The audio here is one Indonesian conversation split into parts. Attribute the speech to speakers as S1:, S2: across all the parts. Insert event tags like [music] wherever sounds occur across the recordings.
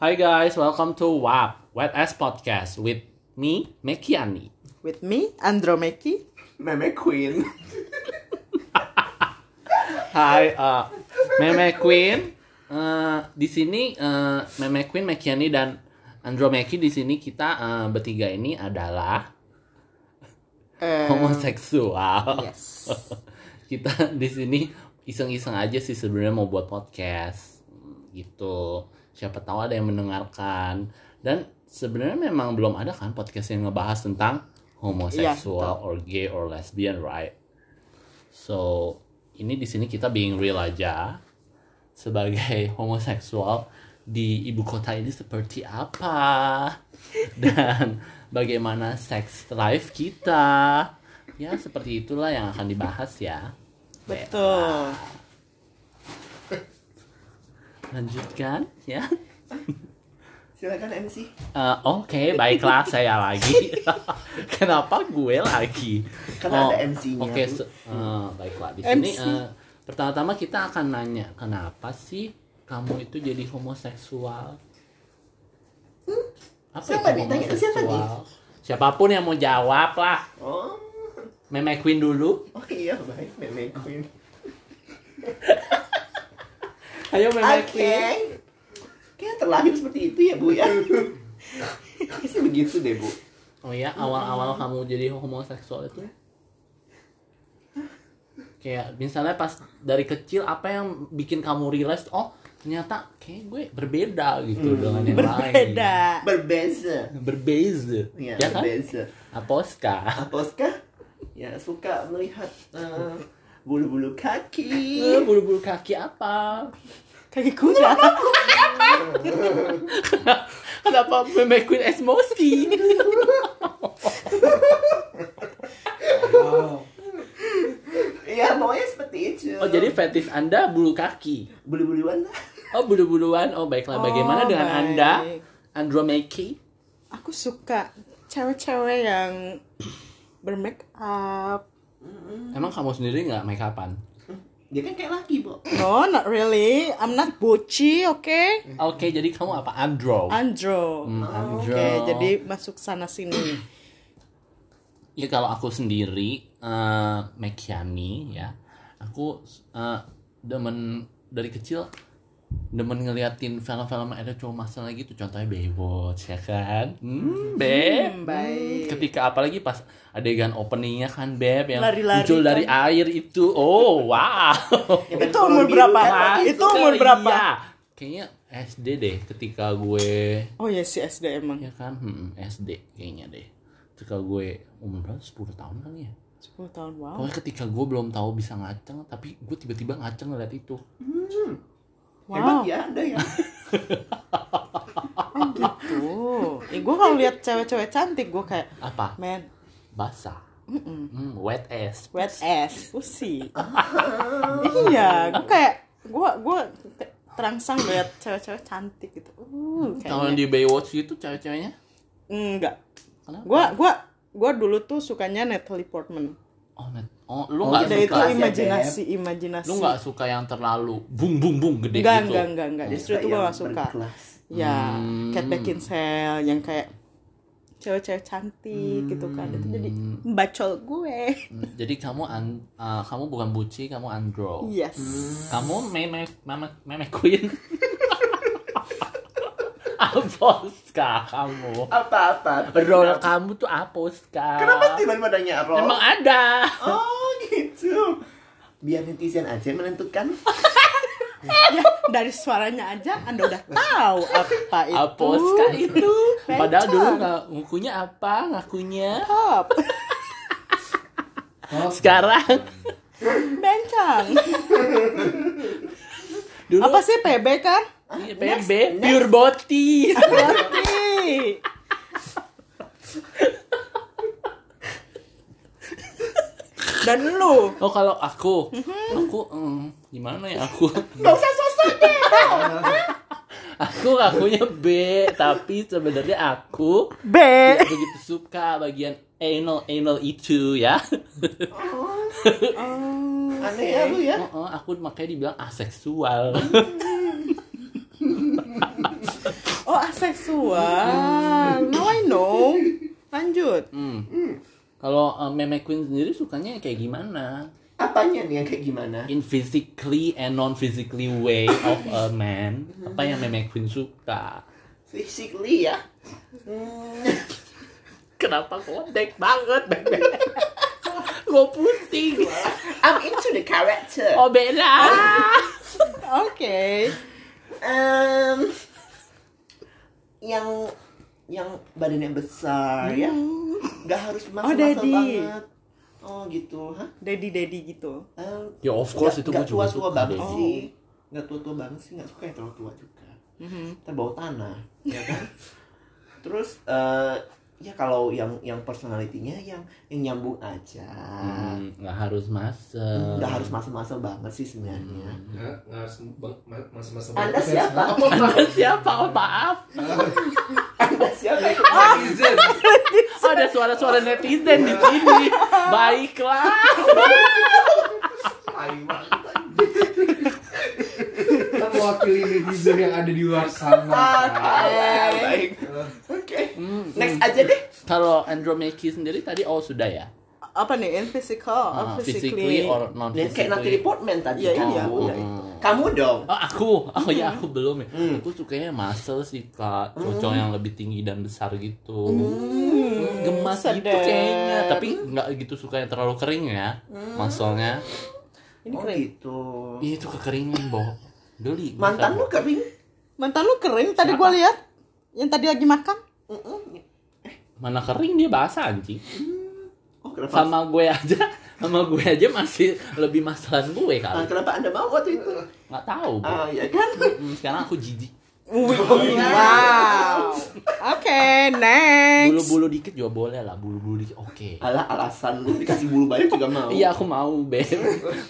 S1: Hi guys, welcome to WAP, Wet Ass Podcast with me, Mekiani.
S2: With me, Andromeki.
S3: Meme Queen.
S1: Hai, eh, Meme Queen. Eh, di sini eh, Meme Queen, Mekiani dan Andromeki di sini kita eh, bertiga ini adalah
S2: Eh,
S1: homoseksual.
S2: yes.
S1: [laughs] kita di sini iseng-iseng aja sih sebenarnya mau buat podcast gitu. Siapa tahu ada yang mendengarkan. Dan sebenarnya memang belum ada kan podcast yang ngebahas tentang homoseksual or gay or lesbian, right? So, ini di sini kita being real aja sebagai [laughs] homoseksual di ibu kota ini seperti apa dan bagaimana sex life kita. Ya, seperti itulah yang akan dibahas ya.
S2: Betul.
S1: Lanjutkan ya.
S3: Silakan MC.
S1: Eh, Oke, baiklah saya
S3: [laughs]
S1: lagi. Kenapa gue lagi? Oh,
S3: Karena ada MC-nya.
S1: Oke, se- eh, baiklah. Di sini
S2: MC.
S1: eh, pertama-tama kita akan nanya kenapa sih kamu itu jadi homoseksual? Apa
S3: Hmm? Siapa nih? Tanya siapa nih?
S1: homoseksual? Siapapun yang mau jawab lah.
S3: Oh,
S1: Meme Queen dulu.
S3: oh iya baik Meme Queen.
S1: Ayo
S3: Oke.
S1: Meme Queen.
S3: Kayaknya terlahir seperti itu ya bu ya. Pasti begitu deh bu.
S1: Oh ya, awal-awal kamu jadi homoseksual itu kayak misalnya pas dari kecil apa yang bikin kamu realize oh ternyata kayak gue berbeda gitu dengan yang
S2: Berbeda.
S1: lain.
S3: Berbeza.
S1: Berbeza.
S3: Ya,
S1: ya kan?
S3: berbeza.
S1: Aposka.
S3: Aposka ya suka melihat eh, bulu-bulu kaki.
S1: Eh, Bulu-bulu kaki apa? [laughs]
S2: Kaki kuda.
S1: Kenapa meme Queen Esmoski?
S3: Ya pokoknya seperti itu.
S1: Oh jadi fetish Anda bulu kaki.
S3: bulu-buluan lah.
S1: Oh bulu-buluan. Oh baiklah. Bagaimana
S2: Oh,
S1: dengan
S2: baik.
S1: Anda? Andromeki?
S2: Aku suka cewek-cewek yang bermake up.
S1: Emang kamu sendiri nggak make upan?
S3: Dia kan kayak laki bu.
S2: No, not really. I'm not boci, oke?
S1: Oke, jadi kamu apa? Andro.
S2: Andro.
S1: Hmm,
S2: Oke,
S1: Andro.
S2: jadi masuk sana sini.
S1: Ya kalau aku sendiri eh Mekiani ya. Aku eh, demen dari kecil demen ngeliatin film-film ada cowok masalah gitu contohnya Baywatch ya kan hmm, Beb
S2: Hmm, baik.
S1: ketika apalagi pas adegan openingnya kan Beb yang
S2: Lari-lari kan?
S1: muncul dari air itu oh wow
S2: Itu umur
S3: kan
S2: berapa? [laughs] Itu umur berapa?
S1: Iya. kayaknya SD deh ketika gue
S2: Oh ya si SD emang.
S1: ya kan hmm, SD kayaknya deh ketika gue umur berapa 10 tahun kali ya
S2: 10 tahun, wow.
S1: pokoknya ketika gue belum tahu bisa ngaceng tapi gue tiba-tiba ngaceng ngeliat itu
S2: Wow,
S3: Hebat ya anda ya.
S2: gitu. Eh, gue kalau lihat cewek-cewek cantik, gue kayak,
S1: apa
S2: man,
S1: basah Hmm, wet ass
S2: wet ass pussy iya gue kayak gue gue terangsang lihat cewek-cewek cantik gitu uh
S1: kalau
S2: kayaknya
S1: Hmm, di Baywatch itu cewek-ceweknya
S2: enggak
S1: Kenapa?
S2: gue gue gue dulu tuh sukanya Natalie Portman
S1: oh, net- oh lu
S3: Oh,
S1: nggak
S2: udah gitu. itu
S1: suka
S3: aja, Beb.
S2: imajinasi imajinasi
S1: lu nggak suka yang terlalu bung bung bung gede
S2: enggak
S1: gitu
S2: enggak enggak enggak justru itu gue
S3: yang
S2: gak suka
S3: berkelas.
S2: ya
S1: Hmm.
S2: Kate Beckinsale yang kayak cewek-cewek cantik gitu kan itu jadi bacol gue
S1: Hmm, jadi kamu an- ah, kamu bukan buci kamu andro
S2: yes
S1: kamu meme meme meme queen [laughs] Aposka kamu
S3: Apa-apa.
S1: Role kamu tuh Aposka
S3: Kenapa tiba-tiba nanya Rol?
S1: Emang ada
S3: Oh gitu. Biar netizen aja yang menentukan.
S2: ya dari suaranya aja anda udah tahu apa itu
S1: Aposka itu Padahal
S2: Bencong.
S1: dulu nggak- ngukunya apa Ngakunya
S2: Top.
S1: Sekarang [laughs]
S2: bencang
S1: Dulu
S2: apa sih PB kan
S1: iya, PB Pure body
S2: berarti dan lu
S1: Oh kalau aku Aku mm, Gimana ya aku [laughs]
S2: gak usah sosok deh
S1: Aku ngakunya B Tapi sebenarnya aku
S2: B
S1: tidak begitu suka bagian anal anal itu ya.
S3: Aneh ya lu ya.
S1: Oh, oh, aku makanya dibilang aseksual.
S2: oh Wah, now I know. Lanjut.
S1: Hmm. [laughs] Kalau uh, Meme Queen sendiri sukanya kayak gimana?
S3: Apanya nih yang kayak gimana?
S1: In physically and non physically way of a man, apa yang Meme Queen suka?
S3: Physically ya. Hmm,
S1: Kenapa kodek banget, Bebe? [laughs] Gue pusing.
S3: I'm into the character.
S1: Oh, Bella.
S2: Oke.
S3: Um, yang yang badannya besar ya. Nggak harus
S2: Oh,
S3: maksa-maksa
S2: daddy.
S3: banget. Oh gitu, hah?
S2: Daddy-daddy gitu.
S3: Eh,
S1: Ya, of course, itu
S3: nggak
S1: gua juga
S3: tua-tua
S1: suka,
S3: banget
S1: Daddy.
S3: sih. Nggak tua-tua banget sih, nggak suka yang terlalu tua juga.
S2: Mm-hmm.
S3: Terbawa tanah, ya kan? [laughs] Terus eh, ya kalau yang yang personalitinya yang yang nyambung aja.
S1: Hmm, nggak harus masuk.
S3: Nggak harus masa-masa banget sih sebenarnya.
S1: Hmm.
S4: Nggak nggak harus bang- ma- masa-masa
S3: Anda
S4: bangkit,
S3: siapa?
S4: harus- Apa, Pak?
S1: [laughs] Siapa? Oh, maaf.
S3: Anda
S2: [laughs]
S3: siapa?
S4: Netizen.
S1: Oh, ada suara-suara netizen di sini. Baiklah.
S4: Tai banget. Kita mewakili netizen yang ada di luar
S3: Ah,
S4: sana. Pak.
S2: Eh.
S3: kalah. Baik. Oke. Next aja deh.
S1: Kalau Andromeda sendiri tadi oh sudah ya.
S2: Apa nih? In physical
S1: Ah,
S2: or
S1: physically
S2: Oh, physically?
S1: or non
S3: Lihat Ya, kayak Natalie
S1: physically.
S3: Portman tadi.
S2: Iya,
S3: kan?
S2: iya, udah
S3: itu. Kamu dong.
S1: Oh, aku, oh ya aku belum ya.
S3: Hmm.
S1: Aku sukanya muscle sih kak, cocok yang lebih tinggi dan besar gitu.
S3: Hmm.
S1: Gemas gitu
S2: sedap.
S1: kayaknya, tapi nggak gitu suka yang terlalu kering ya,
S3: Hmm.
S1: muscle-nya.
S2: Ini
S3: Oh
S2: kering.
S3: gitu.
S1: Ih, itu kekeringan, Bo. Geli.
S3: Mantan lu kering.
S2: Mantan lu kering tadi gua lihat. Yang tadi lagi makan.
S3: Mm-mm.
S1: Mana kering dia basah anjing.
S3: Oh, kenapa?
S1: Sama gue aja, sama gue aja masih lebih masalan gue
S3: Ah,
S1: kali.
S3: kenapa Anda mau waktu itu?
S1: Nggak tahu, Bo.
S3: Ah, ya kan?
S1: Hmm, Sekarang aku jijik.
S2: Wow. Oke, next.
S1: Bulu-bulu dikit juga boleh lah, bulu-bulu dikit oke.
S3: Alah alasan lu dikasih bulu banyak juga mau.
S1: Iya aku mau
S3: [laughs]
S1: beb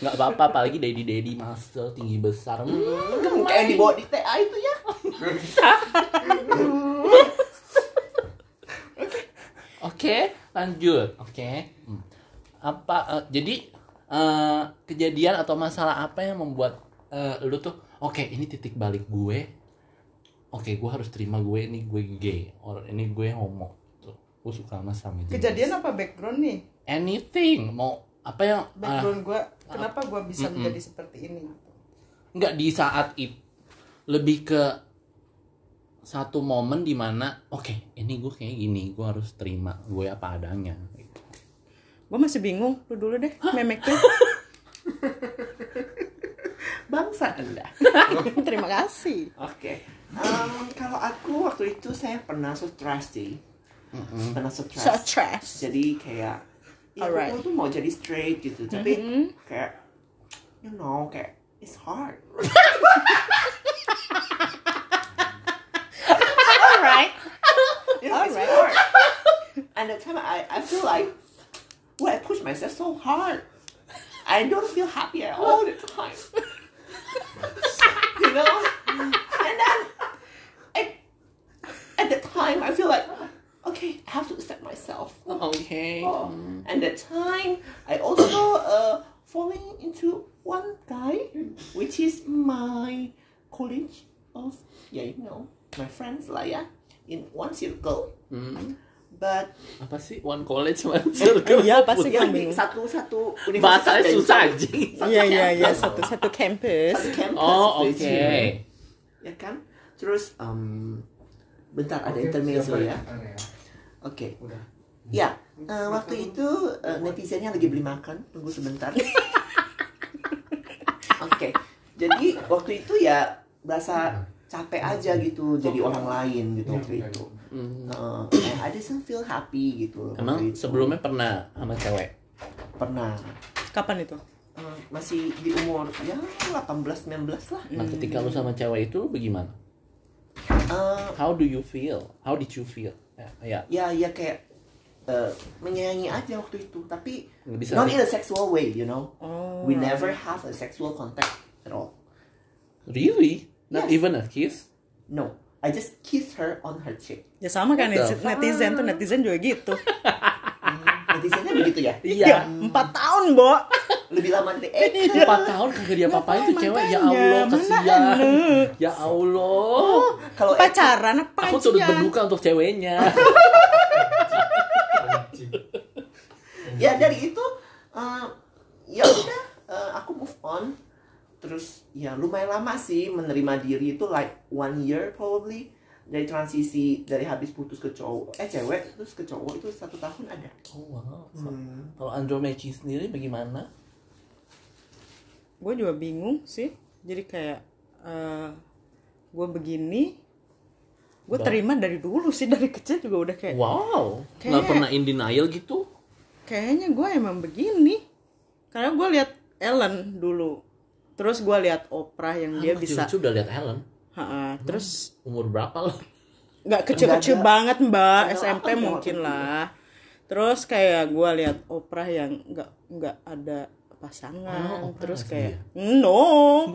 S1: Gak apa-apa apalagi daddy daddy muscle tinggi besar Hmm,
S3: Kamu Kan kayak yang dibawa di TA itu ya.
S1: Oke lanjut Oke Hmm. Apa eh, jadi eh, kejadian atau masalah apa yang membuat eh, lu tuh Oke ini titik balik gue Oke gue harus terima gue ini gue gay Or ini gue homo Tuh, Gue suka sama sama jenis.
S2: Kejadian apa background nih?
S1: Anything Mau apa yang ah,
S2: Background gua kenapa gua bisa menjadi seperti ini?
S1: nggak di saat itu lebih ke satu momen dimana oke ini gue kayak gini gue harus terima gue apa adanya
S2: Gua masih bingung. Lu dulu deh, memek
S1: [laughs]
S2: tuh.
S3: Bangsa Anda.
S2: Terima kasih.
S3: Oke. Em, kalau aku waktu itu saya pernah stres sih. Pernah stres.
S2: So trash.
S3: Jadi kayak ya,
S2: Alright.
S3: aku tuh mau jadi straight gitu, tapi kayak you know, kayak it's hard.
S2: Alright.
S3: You know, it's
S2: Alright.
S3: hard. And the time I, I feel like, well, I push myself so hard. I don't feel happy at all the time. you know? And then, I, at the time, I feel like, okay, I have to accept myself.
S1: oke
S3: Oh.
S1: Mm-hmm.
S3: And at time, I also uh, falling into one guy, which is my college of, yeah, you know, my friends lah ya, in one circle.
S1: Hmm.
S3: But
S1: apa sih one college [laughs] one circle
S2: Iya, pasti
S1: Putih.
S2: yang bingung.
S3: satu satu
S1: bahasanya
S3: dan
S1: susah
S3: satu-
S1: anjing
S3: satu
S2: Iya, iya, iya.
S3: campus.
S2: Satu-satu kampus.
S3: Satu campus
S1: [laughs] oh oke
S3: gitu ya kan terus em, bentar ada
S4: Oke,
S3: intermezzo
S4: siapa
S3: ya
S4: yang aneh ya?
S3: oke
S4: Udah.
S3: ya
S1: Hmm.
S3: eh, waktu itu eh, netizennya lagi beli makan tunggu
S1: [laughs]
S3: sebentar oke jadi waktu itu ya berasa capek aja gitu jadi orang lain gitu waktu itu
S1: Hmm.
S3: Eh, and I didn't feel happy gitu waktu
S1: emang
S3: itu.
S1: sebelumnya pernah sama cewek
S3: pernah
S2: Kapan itu?
S3: eh, masih di umur ya 18 19 lah
S1: nah ketika lu sama cewek itu lu bagaimana
S3: Eh,
S1: how do you feel how did you feel ya, ya.
S3: ya ya kayak eh, menyayangi aja waktu itu tapi
S1: Nggak bisa.
S3: not in a sexual way you know
S2: Oh.
S3: we never have a sexual contact at all
S1: really not
S3: Yes.
S1: even a kiss
S3: no I just kiss her on her cheek
S2: Ya sama kan
S1: What the
S2: netizen, netizen tuh netizen juga gitu.
S3: netizennya begitu ya
S1: Iya.
S2: Ya, empat tahun, Bo.
S3: lebih lama dari
S2: [laughs]
S3: Eka.
S1: Empat tahun kagak dia papain tuh cewek. Ya Allah, kasihan. Ya Allah.
S3: Kalau Eka,
S2: Pacaran apa
S1: Aku turut
S2: kasihan?
S1: berduka untuk ceweknya.
S4: Anjing.
S3: ya dari itu eh, ya udah eh, aku move on. Terus ya lumayan lama sih menerima diri itu like one year probably dari transisi dari habis putus ke cowok eh cewek terus ke cowok itu satu tahun ada.
S1: Oh, wow.
S3: Hmm.
S1: Kalau Andro Meki sendiri bagaimana?
S2: Gue juga bingung sih. Jadi kayak eh gue begini, gue
S1: Ba-
S2: terima dari dulu sih [laughs] dari kecil juga udah kayak
S1: Wow, nggak
S2: Kayak-
S1: pernah in denial gitu?
S2: kayaknya gue emang begini. Karena gue lihat Ellen dulu, terus gue lihat Oprah yang dia
S3: Ah,
S1: Anak
S2: bisa,
S1: Cucu udah lihat Ellen,
S2: Ha-ha, terus
S1: umur berapa lo?
S2: nggak kecil-kecil
S3: Nggak ada-
S2: banget mbak
S3: nggak ada
S2: SMP
S3: apa-apa
S2: mungkin
S3: waktu itu.
S2: lah terus kayak gua lihat Oprah yang nggak nggak ada pasangan
S1: Oh, Oprah
S2: terus
S1: nggak
S3: ya?
S2: kayak no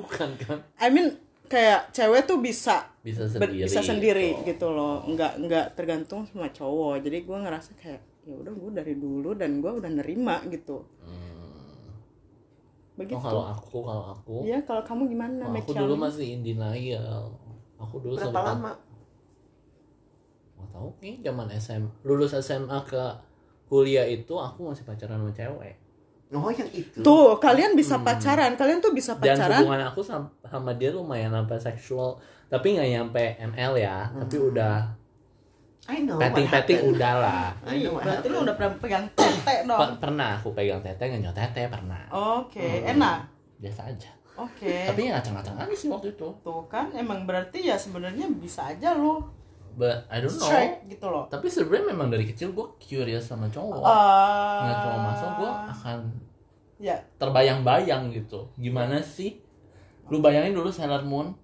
S1: Bukan kan?
S2: I mean kayak cewek tuh bisa
S1: Bisa
S2: ber-
S1: sendiri.
S2: bisa sendiri
S1: Oh.
S2: gitu loh nggak nggak tergantung sama cowok jadi gua ngerasa kayak ya udah gue dari dulu dan gua udah nerima gitu
S1: Hmm. Oh,
S2: begitu
S1: kalau aku, kalau aku,
S2: ya kalau kamu gimana
S1: kalau aku
S2: Mechel?
S1: dulu masih in denial. Aku dulu
S3: Berapa
S1: sempat
S3: lama?
S1: nggak tahu nih zaman SMA lulus SMA ke kuliah itu aku masih pacaran sama cewek
S3: Oh yang itu.
S2: tuh kalian bisa
S1: Hmm.
S2: pacaran kalian tuh bisa
S1: dan
S2: pacaran
S1: hubungan aku sam- sama, dia lumayan sampai seksual tapi nggak nyampe ML ya tapi udah
S3: I know. what [laughs]
S1: petting-petting
S3: happened.
S1: udah lah
S3: I know what
S2: berarti lu
S3: happened.
S2: udah pernah pegang tete dong
S1: Per- pernah aku pegang tete nggak nyot tete pernah
S2: Oke, enak.
S1: biasa aja
S2: Oke.
S1: Hmm. tapi ya ngacang-ngacang aja sih waktu itu
S2: Tuh kan emang berarti ya sebenarnya bisa aja lo
S1: but I don't know
S2: strike gitu loh.
S1: tapi sebenarnya memang dari kecil gue curious sama cowok
S2: Eh,
S1: nggak cowok masuk gue akan
S2: Ya,
S1: terbayang-bayang gitu gimana sih lu bayangin dulu Sailor Moon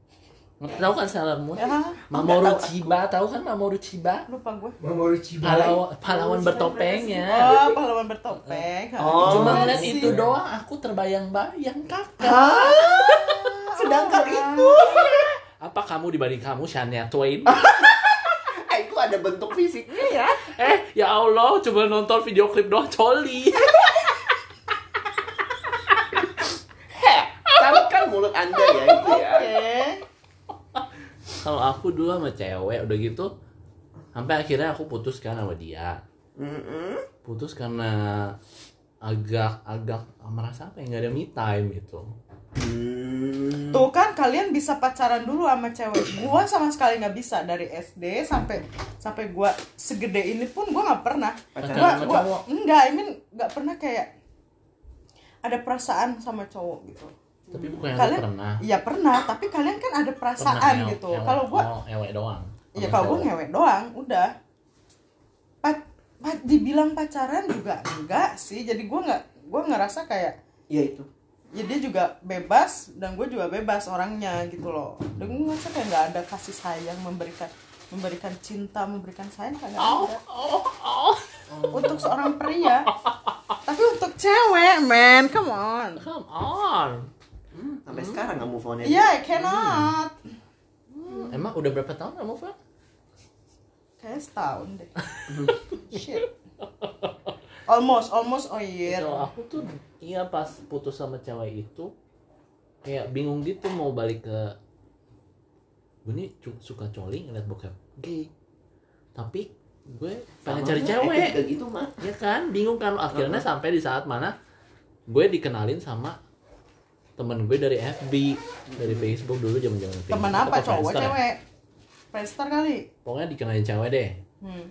S1: Ngerti tahu kan Sailor Moon
S2: ya
S1: Mamoru
S3: Nggak tahu
S1: Chiba tahu kan Mamoru Chiba
S2: lupa gue.
S4: Mamoru Cibai.
S1: pahlawan pahlawan bertopengnya
S2: Oh, pahlawan bertopeng.
S3: Oh,
S1: cuma
S3: I
S1: ngeliat
S3: see.
S1: itu doang aku terbayang-bayang kakak
S3: Hah? Sedangkan
S1: Iya.
S3: itu,
S1: apa kamu dibanding kamu Shania Twain [laughs]
S3: Ah, itu ada bentuk fisiknya
S2: Iya.
S3: ya.
S1: eh ya Allah cuma nonton video klip doang coli
S3: Heh, kan mulut anda ya itu ya.
S2: Oke.
S1: kalau aku dulu sama cewek udah gitu sampai akhirnya aku putuskan sama dia
S3: Mm-mm.
S1: putus karena agak-agak merasa apa ya nggak ada me time gitu
S3: Hmm.
S2: Tuh kan kalian bisa pacaran dulu sama cewek. Gua sama sekali nggak bisa dari SD sampai sampai gua segede ini pun gua nggak pernah.
S1: Pacaran
S2: Gua,
S1: sama
S2: gua
S1: cowok?
S2: enggak, I mean nggak pernah kayak ada perasaan sama cowok gitu.
S1: tapi bukan yang
S2: Kalian-
S1: pernah
S2: Iya pernah, tapi kalian kan ada perasaan
S1: Pernah,
S2: gitu.
S1: ewek-
S2: Kalau gua
S1: oh, ewek doang
S2: ya
S1: Sama
S2: kalau gua
S1: cowok.
S2: ngewek doang, udah. Pat, pat- dibilang pacaran juga enggak sih. Jadi gua nggak gua ngerasa kayak
S3: Ya itu.
S2: ya dia juga bebas dan gue juga bebas orangnya gitu loh. Dan gue ngerasa kayak nggak ada kasih sayang memberikan memberikan cinta, memberikan sayang kagak ada.
S1: oh, oh.
S2: Untuk seorang pria. tapi untuk cewek, man, come on.
S1: Come on.
S3: Hmm, sampai sekarang nggak move on ya.
S2: Ya, I cannot.
S1: Emang udah berapa tahun kamu, Pak?
S2: Kayak setahun deh.
S1: [laughs]
S2: Shit. Almost, almost a year.
S1: Kalau Gitu. aku tuh iya pas putus sama cewek itu kayak bingung gitu mau balik ke gue nih cu- suka coli ngeliat bokep gay tapi gue pengen
S3: Sama
S1: cari
S3: aja,
S1: cewek
S3: Kayak gitu mah.
S1: ya kan bingung kan akhirnya sampai di saat mana gue dikenalin sama temen gue dari FB dari Facebook dulu zaman zaman
S2: Hmm. Temen apa cowok
S1: ya?
S2: cewek? Friendster kali.
S1: pokoknya dikenalin cewek deh
S2: Hmm.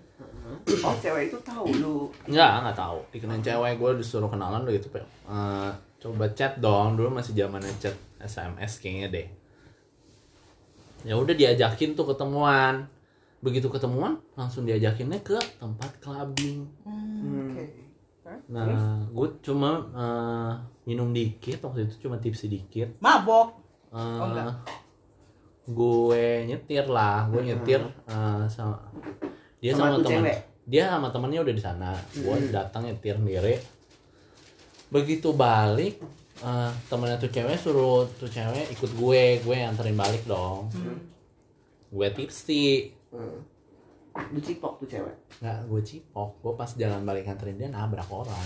S3: Oh cewek itu tahu lu.
S1: Enggak, enggak tahu. Dikenain cewek gue disuruh kenalan udah gitu. Pe. Eh, coba chat dong. Dulu masih zamannya chat SMS kayaknya deh. Ya udah diajakin tuh ketemuan. Begitu ketemuan langsung diajakinnya ke tempat clubbing.
S2: Hmm, Oke.
S1: Nah, gue cuma eh, minum dikit waktu itu cuma tipsi dikit.
S2: Mabok.
S1: Eh,
S3: Oh,
S2: enggak.
S1: gue nyetir lah, gue nyetir eh, sama dia
S3: Hmm. Sama
S1: sama,
S3: tuh
S1: teman
S3: cewek? Hmm.
S1: dia sama temannya udah di sana, gue datang nyetir sendiri. Begitu balik eh, temannya tuh cewek suruh tuh cewek ikut gue, gue yang anterin balik dong. Gue tipsi,
S3: Hmm. Lu cipok tuh cewek.
S1: nggak gue cipok gue pas jalan balik nganterin dia nabrak orang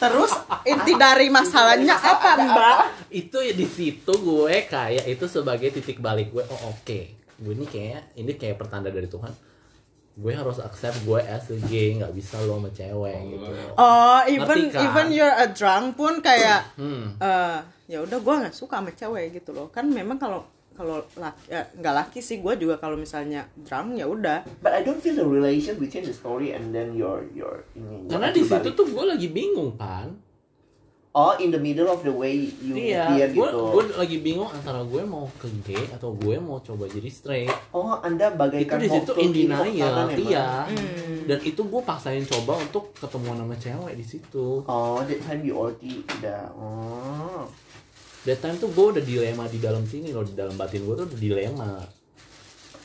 S2: Terus inti dari masalahnya apa mbak?
S1: itu ya di situ gue kayak itu sebagai titik balik gue oh oke gue ini kayak ini kayak pertanda dari Tuhan gue harus accept gue as a gay nggak bisa lo sama cewek gitu
S2: Oh even
S1: Ngerti kan?
S2: even you're a drunk pun kayak
S1: hmm.
S2: eh ya udah gue nggak suka sama cewek gitu loh kan memang kalau kalau laki eh, nggak laki sih gue juga kalau misalnya drunk ya udah
S3: But I don't feel the relation between the story and then your your ini.
S1: karena
S3: your
S1: di situ
S3: balik.
S1: tuh gue lagi bingung kan
S3: Oh, in the middle of the way you meet dia
S1: iya gue
S3: gitu.
S1: gue lagi bingung antara gue mau ke gay atau gue mau coba jadi straight
S3: Oh, anda
S1: itu
S3: bagaikan
S1: di situ
S3: hokton
S1: in
S3: di
S1: denial
S3: hoktanan emang?
S1: iya dan itu gue paksain coba untuk ketemuan sama cewek di situ
S3: Oh, that time you already udah. Oh.
S1: that time tuh gue udah dilema di dalam sini loh di dalam batin gue tuh udah dilema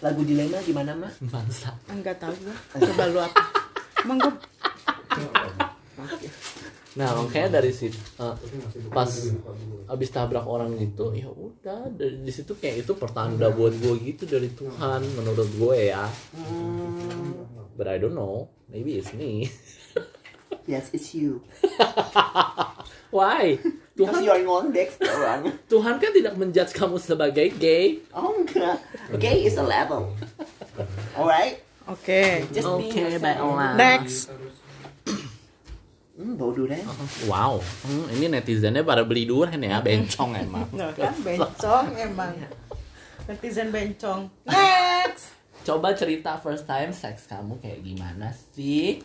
S3: Lagu dilema gimana mah?
S1: bangsa
S2: enggak tahu gue coba lu
S1: [laughs]
S2: apa emang gue
S1: nah makanya dari situ eh, pas
S4: Pas
S1: abis tabrak orang itu ya udah dari di situ kayak itu pertanda buat gue gitu dari Tuhan menurut gue ya
S3: Hmm.
S1: but I don't know maybe it's me [laughs]
S3: Yes, it's you.
S1: why Tuhan
S3: Because you're ngondek sekarang.
S1: Tuhan kan tidak menjudge kamu sebagai gay
S3: Oh enggak. Okay, it's a level. Alright.
S2: oke
S3: Just be
S1: Okay,
S3: yourself.
S1: baiklah.
S2: next
S3: Hmm, bau durian.
S1: wow hmm, ini netizennya pada beli durian ya bencong
S2: [laughs]
S1: emang
S2: Nah, kan bencong emang
S1: Iya.
S2: netizen bencong next
S1: coba cerita first time sex kamu kayak gimana sih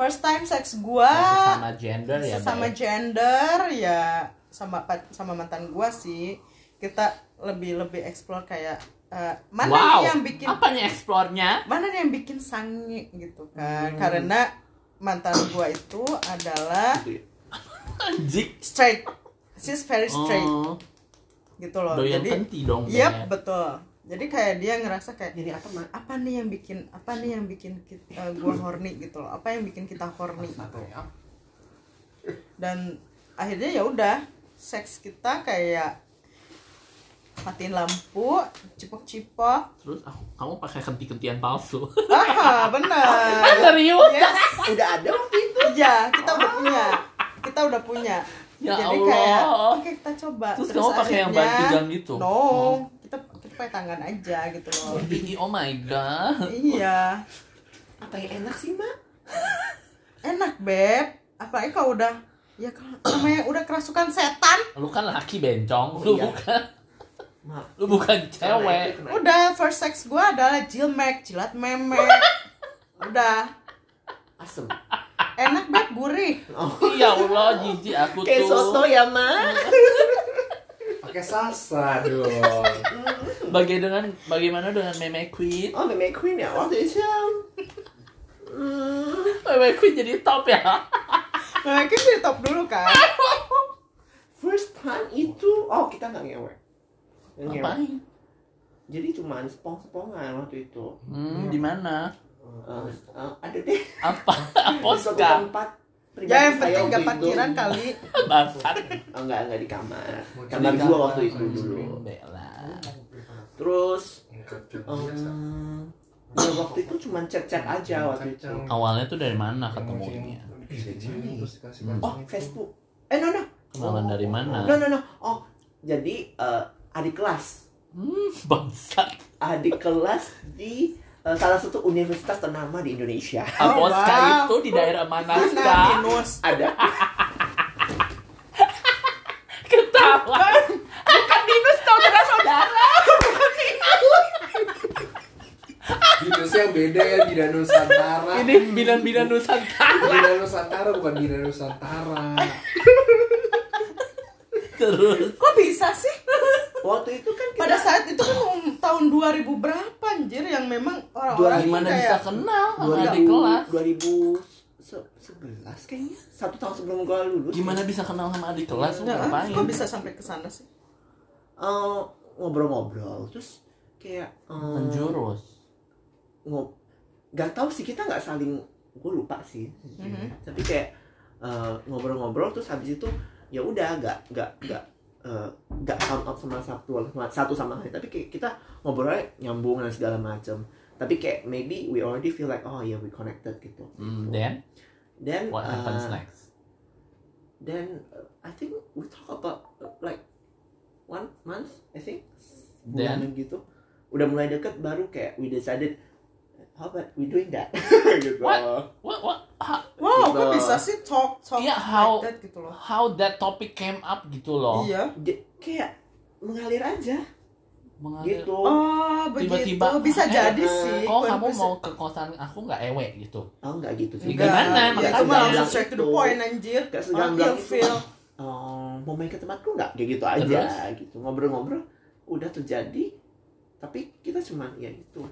S2: first time sex gue
S1: sama gender ya
S2: Ah, sesama
S1: Bay?
S2: gender ya sama pa- sama mantan gua sih kita lebih lebih explore kayak eh, mana
S1: wow
S2: nih yang bikin
S1: apanya eksplornya
S2: mana nih yang bikin sange gitu kan
S1: Hmm.
S2: karena mantan gua itu adalah
S1: anjing
S2: straight she's very straight
S1: Oh,
S2: gitu loh
S1: doyan kan?
S2: jadi
S1: penti dong
S2: yep
S1: Bay.
S2: betul jadi kayak dia ngerasa kayak
S3: Jadi apa mah?
S2: apa nih yang bikin apa nih yang bikin kita, gua horny gitu loh apa yang bikin kita horny gitu dan akhirnya ya udah seks kita kayak matiin lampu cipok-cipok
S1: Terus aku, kamu pakai kenti-kentian palsu.
S2: ah benar
S1: [laughs] Serius?
S2: yes
S3: Udah ada waktu itu.
S2: iya kita udah punya kita udah punya
S1: Ya
S2: jadi
S1: Allah.
S2: kayak oke kita coba
S1: Terus kamu pakai yang
S2: akhirnya-
S1: bungee jump gitu?
S2: no
S1: Oh.
S2: kita kita pakai tangan aja gitu loh
S1: Ih, oh my god.
S2: iya
S3: Apa yang enak sih mak?
S2: enak beb apalagi kalau udah ya kalau namanya udah kerasukan setan
S1: Lu kan laki
S2: Oh
S1: bencong, lu
S3: Iya.
S1: bukan
S3: Maaf.
S1: lu bukan
S3: Karena
S1: cewek.
S3: itu kena-
S2: udah first sex gua adalah jilmek jilat memek udah
S3: Asem.
S2: enak banget gurih
S3: Oh.
S1: ya Allah, jijik aku
S3: Kayak
S1: tuh.
S3: soto ya mak.
S4: pakai sasa dong.
S1: Bagai dengan bagaimana dengan meme queen?
S3: Oh, meme queen ya waktu itu. Hmm.
S1: Meme queen jadi top ya.
S2: nah itu di top dulu kan
S3: First time itu, oh kita nggak ngewe.
S2: Iya.
S3: Nggak ngewe.
S1: Ngapain?
S3: Jadi cuman sepong-sepongan waktu itu.
S1: Hmm, di mana?
S3: Eh, eh, ada deh.
S1: Apa?
S2: Iya.
S3: Di suatu
S1: Aposka.
S3: tempat pribadi
S2: ya yang
S3: saya
S2: penting gak
S3: waktu itu.
S2: parkiran kali
S1: Bangsat.
S3: Oh, enggak, enggak di kamar.
S4: Mau
S3: Kamar
S4: di
S3: gua
S4: kamar,
S3: waktu itu
S4: hmm.
S3: dulu.
S1: Bella.
S3: Terus em, ya waktu itu cuman chat-chat aja waktu itu.
S1: Awalnya tuh dari mana
S2: Iya.
S1: ketemunya?
S3: Oh, Facebook. Eh, no, no.
S1: Kenalan dari mana?
S3: No, no, no. Oh, jadi eh, adik kelas.
S1: Hmm, bangsat.
S3: Adik kelas di eh, salah satu universitas ternama di Indonesia. [laughs]
S1: Aposka
S2: wow.
S1: itu di daerah
S2: mana
S1: Manaska.
S2: Nah, minus
S3: Ada
S1: Ketawa. Bukan minus saudara saudara.
S4: Binus yang beda ya Bina Nusantara.
S1: Ini binan-binan Nusantara.
S4: Bina Nusantara bukan Bina Nusantara.
S1: Terus
S2: kok bisa sih
S3: waktu itu kan kita
S2: pada saat itu kan um- tahun 2000 berapa anjir yang memang orang-orang ini
S1: gimana bisa
S2: kayak
S1: kenal sama
S3: 2000,
S1: Oh, adik kelas?
S3: 2011 kayaknya satu tahun sebelum gua lulus
S1: Gimana bisa kenal sama adik kelas? Lu
S2: Nah,
S1: ngapain?
S2: kok bisa sampai ke sana sih
S3: Eh, ngobrol-ngobrol terus kayak eh,
S1: Menjurus.
S3: ngob nggak tahu sih kita nggak saling gue lupa sih
S2: Mhm.
S1: Mm-hmm.
S3: tapi kayak eh, ngobrol-ngobrol terus habis itu ya udah nggak nggak nggak eh, nggak come up sama satu sama- satu sama lain tapi kayak kita ngobrolnya nyambung dan segala macam tapi kayak maybe we already feel like oh yeah we connected gitu
S1: Hmm, then
S3: then
S1: what happens
S3: uh,
S1: next?
S3: then uh, I think we talk about uh, like one month I think
S1: Then?
S3: bulanan gitu udah mulai deket baru kayak we decided how about we doing that gitu
S1: What? What what how,
S2: Wow, kok
S3: Gitu.
S2: bisa sih talk talk
S1: Iya, how-
S2: like that gitu loh.
S1: how that topic came up gitu loh.
S2: Iya.
S3: Di- kayak mengalir aja
S1: Mengalir.
S3: gitu
S2: Oh, begitu.
S1: Tiba-tiba, eh,
S2: bisa jadi
S3: eh,
S2: sih.
S1: Kok
S2: Kon-
S1: kamu
S2: bisa-
S1: mau ke kosan aku nggak ewe gitu?
S3: oh nggak gitu sih
S2: Enggak,
S1: Gimana?
S2: Ya,
S1: Makanya
S2: itu mah
S1: jangan
S2: langsung
S1: bilang gitu.
S2: straight to the point anjir.
S3: Kayak
S2: Orang
S3: seganggang
S2: feel feel.
S3: itu. Oh, mau main ke tempatku nggak kayak gitu aja
S1: Terus?
S3: gitu ngobrol-ngobrol udah terjadi tapi kita cuman ya itu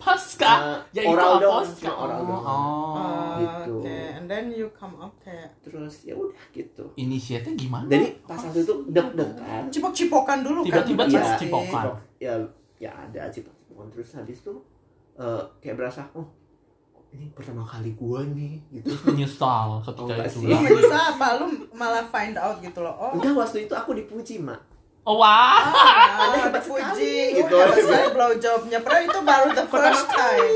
S1: Pasca. ya itu
S3: orang
S1: apa?
S3: doang Ah, cuma orang
S1: oh,
S3: doang
S2: Ah,
S1: oh.
S3: gitu.
S2: Oke, and then you come up kayak
S3: terus ya udah gitu
S1: Inisiatifnya gimana?
S3: jadi pas waktu itu deg-degan
S2: cipok-cipokan dulu
S1: Tiba-tiba
S2: kan.
S3: Iya.
S1: terus cipokan.
S3: ya ya ada cipokan terus habis itu eh, kayak berasa oh ini pertama kali gua nih gitu
S1: Menyesal
S3: Oh,
S1: ketika
S3: nggak
S1: itu.
S2: Lu
S3: sih.
S2: Iya, bisa apa lu malah find out gitu loh. Oh,
S3: enggak waktu itu aku dipuji mak
S1: Oh, wah.
S2: Anda
S3: hebat sekali, gitu.
S2: gitu. Saya blow jobnya, padahal itu baru the first time.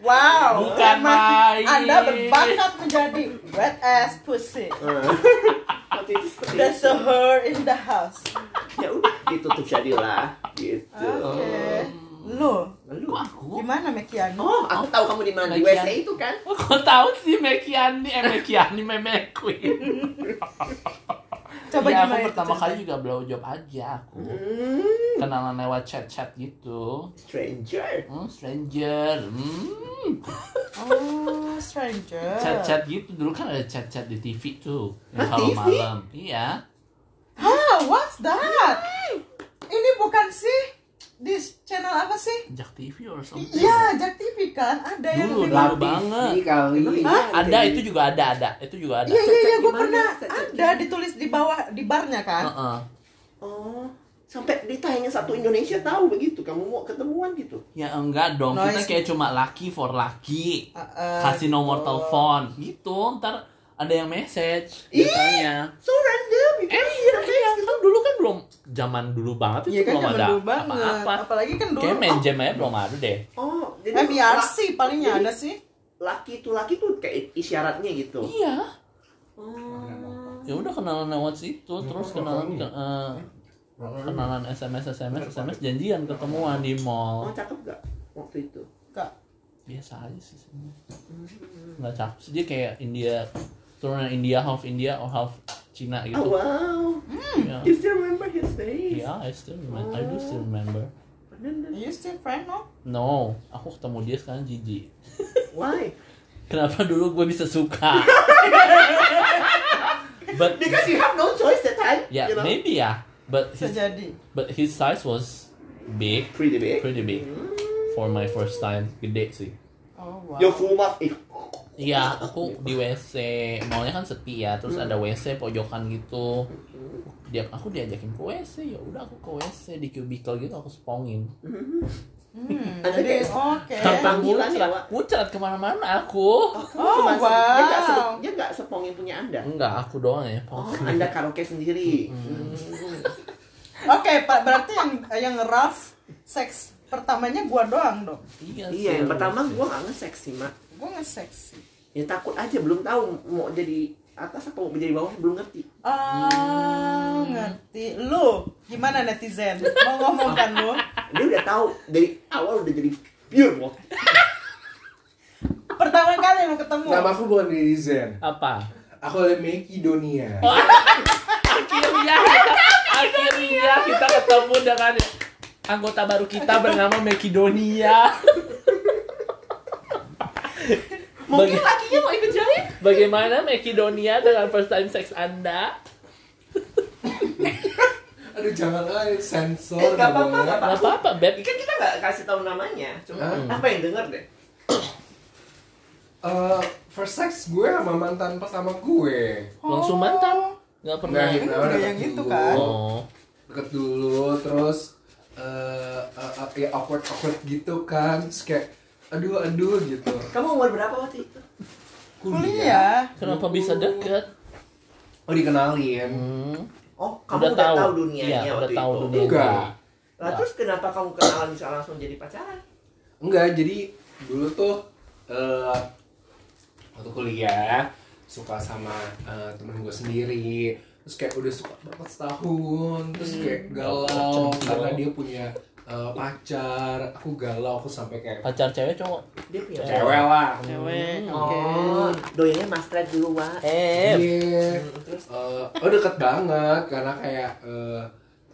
S2: Wow,
S1: Bukan
S2: emang
S1: main.
S2: Anda berbakat menjadi wet ass pussy.
S3: Eh, [laughs] waktu itu seperti
S2: There's
S3: itu.
S2: a her in the house.
S3: ya udah gitu terjadilah gitu
S2: Oke,
S1: Oh.
S2: lu
S3: lalu
S1: Kok aku?
S2: gimana Mekiano?
S3: oh aku tahu kamu di mana di
S1: Bagian.
S3: WC itu kan
S1: Kok tahu sih Mekiani, eh Mekiani, Meme Queen.
S2: Coba
S1: ya,
S2: gimana?
S1: aku
S2: itu
S1: pertama
S2: ceritanya?
S1: kali juga blow job aja aku.
S3: Hmm,
S1: Kenalan lewat chat-chat gitu.
S3: stranger
S1: Hmm, stranger. Hmm.
S2: Oh, stranger.
S1: Chat-chat gitu. Dulu kan ada chat-chat di TV tuh.
S3: Hah,
S1: Yang kalau
S3: TV?
S1: malam. Iya.
S2: Hah, what's that? Ini bukan sih di channel apa sih?
S1: Jak TV or something.
S2: Iya, Jak TV kan ada yang
S1: Dulu,
S2: lima-
S1: dulu banget.
S4: Ini kali.
S3: Emang iya
S2: Hah?
S1: Ada, itu juga ada, ada. Itu juga ada.
S2: Iya iya iya,
S3: Cek-cek
S2: gue
S3: gimana?
S2: pernah
S3: Cek-cek
S2: ada
S3: gimana?
S2: ditulis di bawah di barnya kan.
S1: Heeh.
S3: oh sampai ditanya satu Indonesia tahu begitu kamu mau ketemuan gitu
S1: Ya enggak dong, kita
S2: Noise.
S1: kayak cuma laki for laki.
S2: Heeh,
S1: Kasih
S2: gitu.
S1: nomor telepon gitu, ntar ada yang message biasanya.
S3: so random gitu.
S1: Eh iya, iya. Kan dulu kan belum zaman dulu banget itu
S2: Iya kan
S1: belum
S2: zaman
S1: ada
S2: dulu banget.
S1: apa-apa.
S2: Apalagi kan dulu
S1: Kayak main jam aja belum ada deh.
S3: oh jadi
S2: MIRC
S3: la-
S2: palingnya
S3: jadi
S2: ada sih.
S3: laki tuh laki tuh kayak isyaratnya gitu
S1: Iya.
S3: oh
S1: Ya udah kenalan lewat situ, terus kenalan ke, eh, kenalan SMS SMS SMS janjian ketemuan di
S3: oh
S1: mall.
S3: cakep gak waktu itu
S2: Enggak.
S1: Biasa aja sih sebenarnya. Enggak cakep sih dia kayak India turunan India half India or half Cina
S3: oh
S1: gitu.
S3: wow
S1: Iya.
S3: you still remember his face
S1: Yeah, I still remember. I do still remember.
S2: You still friend Iya no?
S1: No, aku ketemu dia sekarang jijik.
S3: why
S1: Kenapa dulu gue bisa
S3: [laughs]
S1: suka? but
S3: because you have no choice that time
S1: yeah,
S3: you know?
S1: maybe ya. But
S2: Bisa
S1: his
S2: jadi.
S1: but his size was big,
S3: pretty big Hmm.
S1: pretty big for my first time. Gede sih.
S2: Oh wow.
S3: your full mouth eh.
S1: Iya, aku di WC mallnya kan sepi ya, terus ada WC pojokan gitu. Dia aku diajakin ke WC, ya udah aku ke WC di cubicle gitu aku spongin.
S2: Hmm,
S3: Ada
S2: jadi
S3: kayak-
S2: oke.
S3: Tanpa-
S1: Panggilan
S3: Panggilan ya, Wak?
S1: muncrat kemana-mana aku.
S2: Oh,
S3: Cuma se- dia nggak se-
S2: wow.
S3: dia nggak sepongin punya anda
S1: Enggak, aku doang ya.
S3: Oh,
S1: pokoknya.
S3: [laughs] Anda karaoke sendiri.
S1: Mm.
S3: Hmm.
S2: Oke, Pak, berarti yang yang rough sex pertamanya gua doang dong.
S1: Iya,
S3: Iya, yang
S1: sih.
S3: pertama gua nggak ngesek sih, Mak.
S2: Gua nge-seksi.
S3: Ya takut aja, belum tahu mau jadi atas apa mau jadi bawah, belum ngerti.
S2: Ah, ngerti. Lu gimana netizen? Mau ngomong kan lu?
S3: Dia udah tahu dari awal udah jadi pure walk.
S2: Pertama kali lu ketemu.
S4: Nama aku bukan Rizen.
S1: apa?
S4: Aku oleh Meki Donia.
S1: Akhirnya kita, akhirnya kita ketemu dengan anggota baru kita bernama Makedonia.
S3: Mungkin
S1: Baga-
S3: lakinya mau ikut join?
S1: Bagaimana Makedonia dengan first time sex Anda?
S4: Aduh jangan lah sensor.
S3: Eh, nggak apa-apa,
S4: dong.
S3: nggak apa-apa.
S1: Gak apa-apa, Beb.
S3: Kan kita nggak kasih tahu namanya, cuma
S4: Hmm.
S3: apa yang denger deh.
S4: Eh, first sex gue sama mantan pertama gue.
S1: Langsung mantan. Gak pernah.
S4: Nah,
S2: udah
S4: deket
S2: yang itu
S4: dulu.
S2: kan?
S1: Oh.
S4: Deket dulu, terus eh eh, eh, ya awkward awkward gitu kan, terus kayak aduh aduh gitu.
S3: Kamu umur berapa waktu itu?
S2: Kuliah. ya?
S1: Kenapa bisa deket?
S4: Oh dikenalin.
S1: Hmm.
S3: Oh, kamu udah, tahu. dunianya
S1: Iya,
S3: waktu
S1: udah tahu
S3: itu.
S1: dunia.
S4: Enggak.
S3: Lah, terus kenapa kamu kenalan bisa langsung jadi pacaran?
S4: Enggak, jadi dulu tuh eh waktu kuliah suka sama eh, temen gue sendiri terus kayak udah suka berapa setahun terus kayak galau
S1: Cendol.
S4: karena dia punya eh, pacar aku galau aku sampai kayak
S1: pacar cewek cowok
S3: Dia punya
S4: cewek lah
S2: Cewek, oke.
S3: Oh, doyannya mastret dulu, Wak.
S4: Iya.
S1: eh
S4: Eh, oh deket banget karena kayak eh,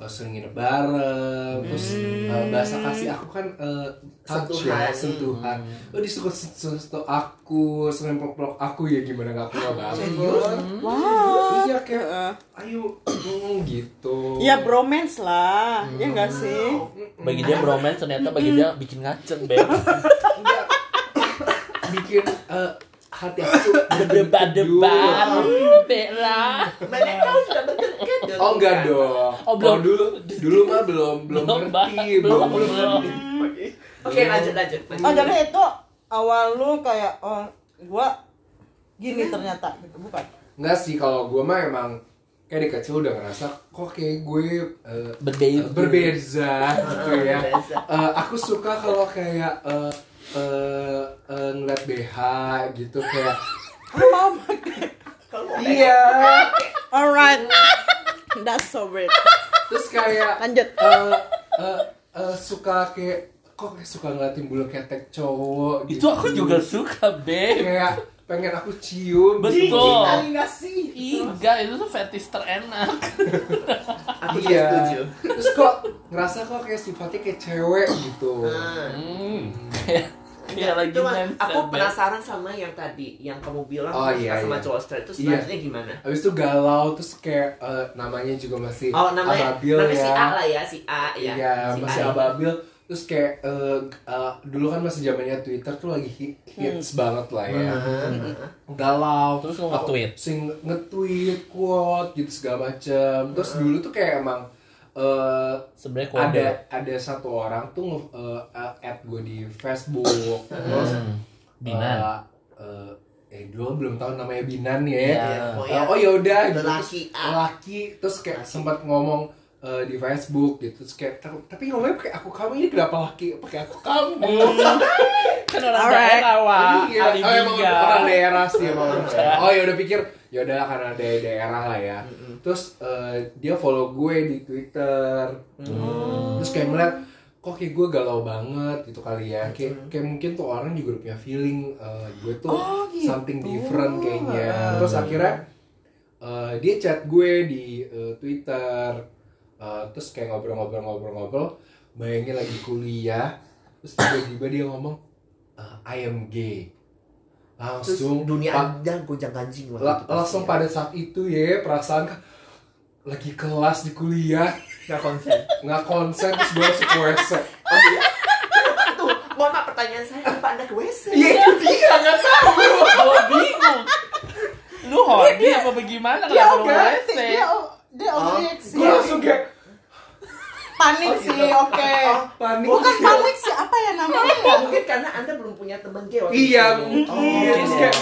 S4: eh, sering nginep bareng terus eh, bahasa kasih aku kan eh, touch ya,
S3: Sentuhan.
S4: sentuhan oh dia suka sen- sen- sentuh aku sering peluk-peluk aku ya gimana gak aku gak banget
S2: Wah.
S4: iya kayak ayo mm, gitu
S2: Ya bromance lah, ya enggak sih?
S1: bagi dia bromance ternyata bagi dia bikin ngaceng
S4: [laughs]
S1: beb
S4: Enggak. bikin eh, hati aku
S1: berdebat debat bela
S3: Mana tahu sudah berkedut.
S4: Oh enggak dong.
S1: Oh, belum.
S4: Kalau dulu dulu mah belum belum
S1: Belum,
S4: ngerti,
S1: Bang.
S4: belum
S1: Belum,
S4: belum
S1: belum.
S4: ngerti.
S3: Hmm. Oke, lanjut lanjut.
S2: Oh jadi itu awal lu kayak oh gua gini ternyata gitu bukan?
S4: Enggak sih kalau gue mah emang kayak dari kecil udah ngerasa kok kayak gue eh,
S1: Berbeda.
S4: eh, berbeza gitu
S3: [laughs]
S4: ya.
S3: Berbeza.
S4: Eh, aku suka kalau kayak eh eh, eh, ngeliat BH gitu kayak
S2: Mama.
S3: Kalau mau
S4: iya
S2: Alright, that's so weird.
S4: terus kayak
S2: Lanjut.
S4: eh, eh, eh, suka kayak kok kayak suka ngeliatin bulu ketek cowok gitu.
S1: itu aku juga suka beb
S4: kayak pengen aku cium
S1: Betul.
S4: gitu.
S3: kali nggak sih?
S1: Iga itu tuh fetish terenak
S3: Aku juga
S4: Iya.
S3: setuju.
S4: Terus kok ngerasa kok kayak sifatnya kayak cewek gitu.
S3: Hmm.
S1: hmm. kayak kayak Iya, lagi
S3: Cuma
S1: mindset,
S3: Nah, aku
S1: Beb.
S3: penasaran sama yang tadi yang kamu bilang
S4: Oh,
S3: kamu suka
S4: iya,
S3: sama
S4: iya.
S3: cowok straight itu
S4: Iya.
S3: selanjutnya gimana?
S4: Abis itu galau terus kayak eh, namanya juga masih
S3: Oh namanya
S4: Eh, ababil
S3: namanya
S4: ya.
S3: si A lah ya si A ya.
S4: Iya,
S3: si
S4: masih
S3: A.
S4: ababil. Terus kayak eh, eh, dulu kan masih zamannya Twitter tuh lagi hi- hits banget lah ya.
S3: Hmm.
S4: Galau.
S1: Terus lu nge-tweet?
S4: Aku Sing nge-tweet, quote gitu segala macem. Terus
S3: Hmm.
S4: dulu tuh kayak emang eh,
S1: sebenarnya kode
S4: ada ada satu orang tuh nge- eh, add gue di Facebook. Terus
S1: Hmm. Binan.
S4: Eh, eh, eh dua belum tahu namanya Binan ya.
S1: Iya.
S4: Eh, oh ya udah gitu.
S3: Lelaki,
S4: Terus
S3: ah.
S4: lelaki, terus kayak sempat ngomong eh, di Facebook gitu terus kayak "Tapi- tapi ngomongnya pakai aku kamu ini kenapa laki pakai aku kamu
S1: Hmm. kan orang
S2: Alright.
S1: daerah wah
S4: Iya.
S1: kali
S4: oh, emang
S1: Biga.
S4: orang [laughs] daerah sih emang orang daerah. oh ya udah pikir ya udah karena dari daerah lah ya terus eh, dia follow gue di Twitter terus kayak ngeliat kok kayak gue galau banget gitu kali ya kayak kayak mungkin tuh orang juga udah punya feeling eh, gue tuh
S2: Oh, gitu.
S4: something different kayaknya terus akhirnya eh, dia chat gue di eh, Twitter Eh, terus kayak ngobrol-ngobrol-ngobrol-ngobrol bayangin lagi kuliah terus tiba-tiba dia ngomong eh, I am gay
S3: Terus
S4: langsung
S3: dunia
S4: pa-
S3: anda gonjang ganjing waktu
S4: la-
S3: itu pasti
S4: langsung
S3: ya.
S4: pada saat itu ya perasaan lagi kelas di kuliah
S3: nggak konsen. Oh,
S4: nggak konsen terus gue langsung Iya, ke WC
S3: Tuh, mohon maaf pertanyaan saya apa anda ke WC?
S4: iya itu dia nggak tahu
S1: Gua bingung lu horny apa bagaimana
S2: Dia
S1: kalau lu
S2: overreacting,
S1: WC?
S2: dia o- dia overreacting.
S4: gue
S3: Iya.
S4: langsung kayak
S2: panik
S4: Oh,
S2: sih,
S4: gitu.
S2: oke.
S4: panik
S3: kan
S2: Bukan panik sih, apa ya namanya? ya?
S3: Oh, Mungkin karena anda belum punya teman gay waktu
S4: iya
S3: itu.
S4: mungkin
S3: Oh.
S4: terus kayak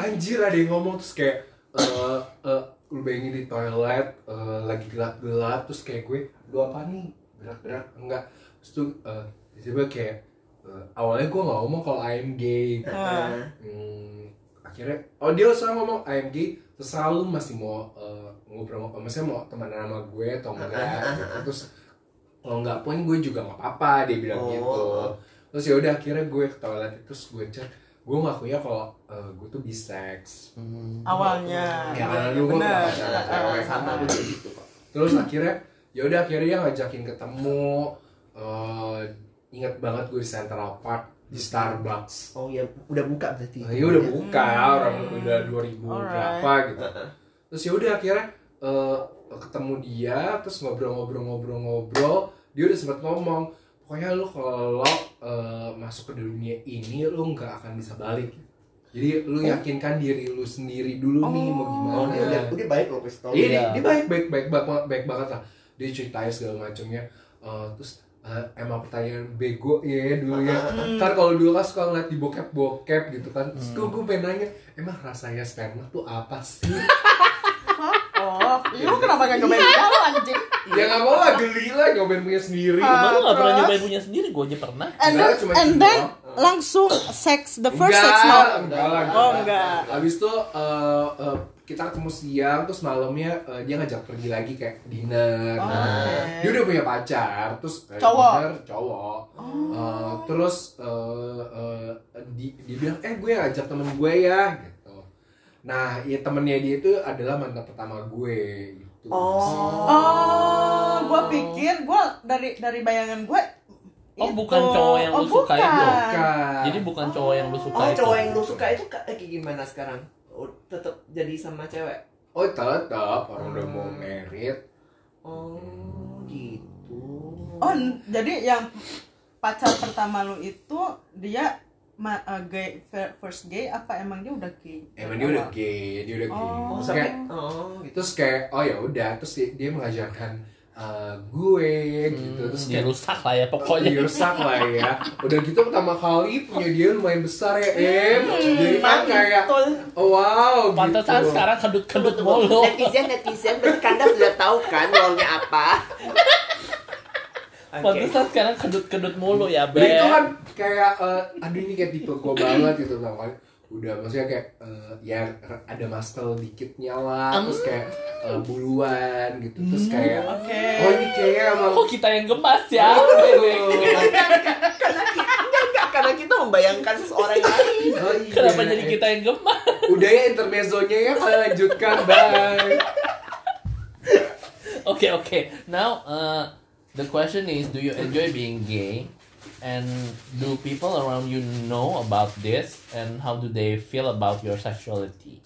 S4: anjir ada yang ngomong terus kayak eh eh, lu bayangin di toilet eh, lagi gelap-gelap terus kayak gue lu apa nih gerak-gerak enggak terus tuh eh, tiba-tiba kayak eh, awalnya gue nggak ngomong kalau I'm gay
S3: Heeh.
S4: Hmm, akhirnya oh dia langsung ngomong I'm gay terserah lu masih mau eh, ngobrol eh, maksudnya mau temenan sama gue atau
S3: Ah,
S4: enggak gitu. terus kalau enggak pun gue juga nggak apa-apa dia bilang
S3: Oh.
S4: gitu terus ya udah akhirnya gue ke toilet terus gue cek gue ngakunya kalau eh, gue tuh bisex
S3: Hmm.
S2: Awalnya.
S4: ya karena dulu gue
S2: Bener.
S4: pernah pacaran cewek
S3: sama
S4: kan.
S3: gue juga gitu kok.
S4: terus akhirnya ya udah akhirnya dia ngajakin ketemu eh, ingat banget gue di Central Park di Starbucks
S3: Oh ya, udah buka berarti.
S4: Nah, iya udah buka orang udah 2000
S2: Alright.
S4: berapa gitu. Terus ya udah akhirnya eh, ketemu dia terus ngobrol-ngobrol-ngobrol-ngobrol dia udah sempat ngomong pokoknya lu kalau eh, masuk ke dunia ini lu nggak akan bisa balik. Jadi lu yakinkan diri lu sendiri dulu nih mau gimana.
S3: Oh, dia udah, udah baik loh pistol.
S4: Iya, dia,
S1: Iya.
S4: dia baik, baik, baik, baik, baik, baik banget lah. Dia ceritain segala macamnya. Eh, terus eh, emang pertanyaan bego ya dulu ya. Kan kalau dulu kan suka ngeliat di bokep-bokep gitu kan. Terus gue, gue pengen nanya, emang rasanya sperma tuh apa sih? [laughs]
S2: Oh, iya lu kenapa gak nyobain lu anjing?
S4: ya nggak mau lah, geli lah nyobain punya sendiri.
S2: Ah.
S1: Emang lu gak pernah
S2: Terus?
S1: nyobain punya sendiri, gue aja pernah
S2: And then,
S4: Enggak, cuma
S2: and
S4: gitu
S2: then langsung seks the first
S4: enggak,
S2: sex no
S4: enggak lah, enggak
S2: oh
S4: lah.
S2: enggak
S4: Habis itu eh, eh, kita ketemu siang terus malamnya eh, dia ngajak pergi lagi kayak dinner.
S2: Oh,
S4: Nah,
S2: oke.
S4: Dia udah punya pacar, terus eh,
S2: Cowok.
S4: dinner, cowok. Eh, terus eh, eh, di- dia bilang, "Eh, gue ngajak temen gue ya." gitu. Nah, ya temennya dia itu adalah mantan pertama gue gitu.
S2: oh gue pikir gue dari dari bayangan gue
S1: Oh,
S2: itu.
S1: bukan cowok yang
S2: oh,
S1: lu suka itu.
S2: bukan.
S4: Bukan.
S1: Jadi bukan cowok yang lu suka
S3: Oh,
S1: itu.
S3: cowok yang lu suka itu ka- kayak gimana sekarang? Oh, tetap jadi sama cewek.
S4: Oh, tetap orang udah mau merit.
S3: Oh, gitu.
S2: oh n- jadi yang pacar pertama lu itu dia ma- eh, gay fir- first gay apa emang dia udah gay
S4: Emang dia udah gay, dia udah gay.
S2: Oh.
S4: Terus
S3: sampai
S4: kayak-
S3: oh, gitu.
S4: terus kayak oh ya udah terus dia, dia mengajarkan eh, gue gitu terus
S1: Ya
S4: kayak [laughs]
S1: rusak lah ya pokoknya.
S4: dirusak lah ya udah gitu pertama kali punya dia lumayan besar ya em
S3: Iya,
S4: jadi
S3: Hmm.
S4: kan kayak
S3: Mantul.
S4: oh, wow
S1: Pantesan
S4: gitu.
S1: sekarang kedut-kedut
S3: Betul,
S1: mulu.
S3: Netizen netizen berarti Kanda sudah tahu kan role-nya apa. Oke.
S1: Pantesan sekarang kedut-kedut mulu ya,
S4: Dan
S1: Beb.
S4: itu kan kayak eh, aduh ini kayak tipe gue banget gitu tau kan udah maksudnya kayak eh, ya ada maskel dikitnya lah terus kayak eh, buluan gitu terus kayak
S2: Oke.
S4: oh ini Oh, kayaknya emang
S1: Kok [laughs] kita yang gemas ya?
S4: Iya.
S3: Karena kita enggak, enggak, kan karena kita membayangkan seseorang lain.
S4: Oh, iya.
S1: Kenapa jadi kita yang gemas?
S4: Udah ya intermezzonya ya, kita lanjutkan, bye.
S1: Oke, oke. Now, uh, the question is, do you enjoy being gay? And do people around you know about this? And how do they feel about your sexuality?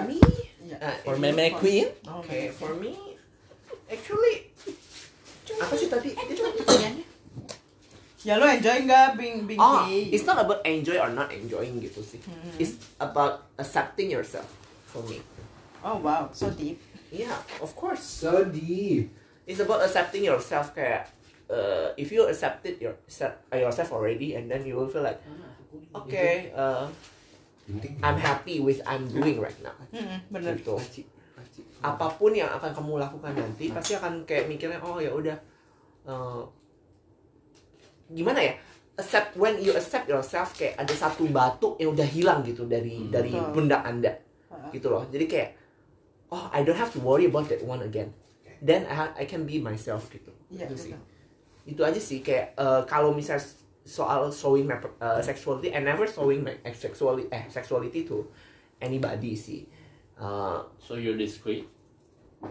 S2: Ah.
S3: me,
S2: Iya.
S3: uh,
S1: For
S3: it-
S1: Meme Queen?
S2: Oh,
S3: Okay,
S2: Meme
S3: for me, actually, apa sih tadi? Itu kan pertanyaannya.
S2: ya lu enjoy nggak being being
S3: Oh,
S2: gay
S3: it's not about enjoy or not enjoying gitu sih. It's about accepting yourself for me.
S2: oh wow so deep
S3: Yeah, of course.
S4: So deep.
S3: It's about accepting yourself kayak uh, if you accepted your se- uh, yourself already and then you will feel like okay, uh, I'm happy with I'm doing right now.
S2: Mm-mm, bener
S3: Gitu. Apapun yang akan kamu lakukan nanti pasti akan kayak mikirnya oh ya udah uh, gimana ya? Accept when you accept yourself kayak ada satu batu yang udah hilang gitu dari dari
S2: Betul.
S3: pundak Anda
S2: Ah.
S3: gitu loh. Jadi kayak oh I don't have to worry about that one again. Then I ha- I can be myself gitu.
S2: Iya,
S3: Itu sih.
S2: betul.
S3: Itu aja sih kayak eh, kalau misal soal showing my per- eh, sexuality, I never showing my ex- sexuality eh sexuality to anybody sih. Eh,
S1: So you're discreet?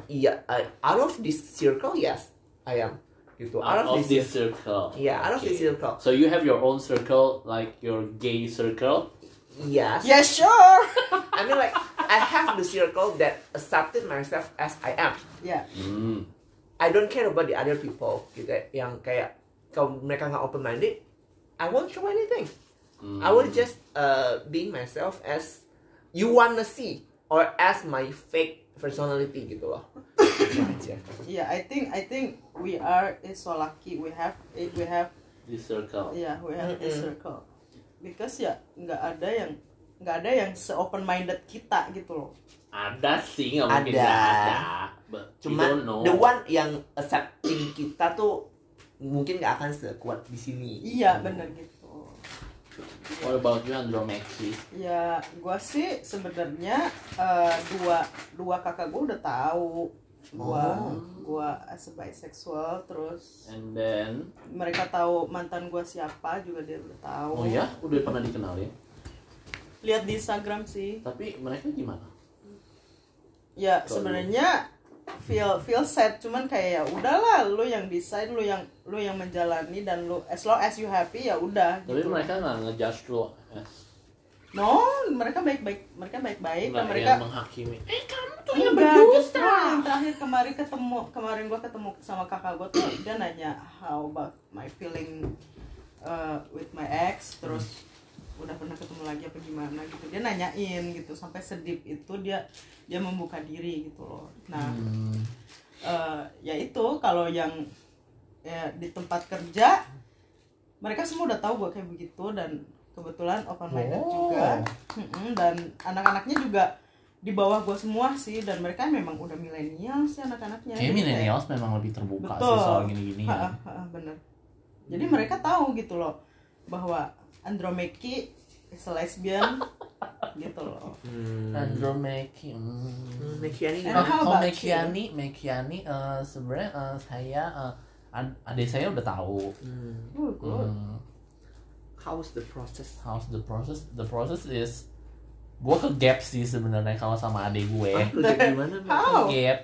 S3: Iya, eh, out of this circle yes I am gitu. Out, of, this,
S1: circle.
S3: Yeah, out of this circle.
S1: So you have your own circle, like your gay circle?
S3: yes.
S2: yeah sure [laughs]
S3: I mean like I have the circle that accepted myself as I am.
S2: ya
S1: Hmm.
S3: I don't care about the other people gitu yang kayak kalau mereka nggak open minded I won't show anything
S1: Hmm.
S3: I will just uh, being myself as you wanna see or as my fake personality gitu loh Itu aja.
S2: yeah I think I think we are is so lucky we have it we have
S1: This circle.
S2: yeah we have a
S3: Mm-mm.
S2: circle because ya nggak ada yang nggak ada yang se open minded kita gitu loh
S1: Ada sih, nggak
S3: mungkin Ada. nggak ada.
S1: But
S3: cuman the one yang accepting kita tuh mungkin nggak akan sekuat di sini
S2: iya bener gitu
S1: What about you, Andrew Maxi?
S2: ya gua sih sebenarnya eh, dua dua kakak gua udah tahu gua
S3: Oh.
S2: gua as a bisexual terus
S1: And then...
S2: mereka tahu mantan gua siapa juga dia udah tahu
S1: Oh ya? Udah pernah dikenal ya?
S2: lihat di Instagram sih
S1: Tapi mereka gimana?
S2: ya
S1: Kalau-
S2: sebenarnya feel feel sad cuman kayak ya udahlah lu yang decide lu yang lu yang menjalani dan lu as long as you happy ya udah
S1: Tapi
S2: gitu.
S1: mereka nggak ngejudge lu eh,
S2: no mereka baik baik mereka baik baik
S1: nggak
S2: dan Eh, mereka
S1: yang menghakimi. Eh kamu tuh yang
S2: Enggak, justru
S1: berdosa.
S2: yang terakhir kemarin ketemu kemarin gua ketemu sama kakak gua tuh dia nanya how about my feeling uh, with my ex terus udah pernah ketemu lagi apa gimana gitu dia nanyain gitu sampai sedip itu dia dia membuka diri gitu loh nah
S4: Hmm.
S2: eh, ya itu kalau yang ya, di tempat kerja mereka semua udah tahu gue kayak begitu dan kebetulan open minded
S4: Oh.
S2: juga Mm-mm, dan anak-anaknya juga di bawah gue semua sih dan mereka memang udah milenial sih anak-anaknya
S1: Kayak
S2: Jadi kayak-
S1: millennials memang lebih terbuka sih
S2: Betul.
S1: soal gini-gini
S2: Ha,
S1: ya.
S2: ha, ha, bener jadi mereka tahu gitu loh bahwa Andromeki is a lesbian gitu loh.
S3: Hmm.
S1: Andrew Meki hmm.
S3: Mekiani
S2: And how
S1: Oh,
S2: about
S1: Mekiani, Mekiani eh, sebenarnya eh, saya eh, ad- adik saya udah tahu.
S3: Uh,
S2: Oh, good.
S1: Hmm,
S3: How's the process?
S1: how's the process? The process is gue ke gap sih sebenarnya kalau sama adik gue.
S3: Ah, lu
S2: [laughs]
S3: jadi gimana? Mek?
S2: How?
S1: Gap.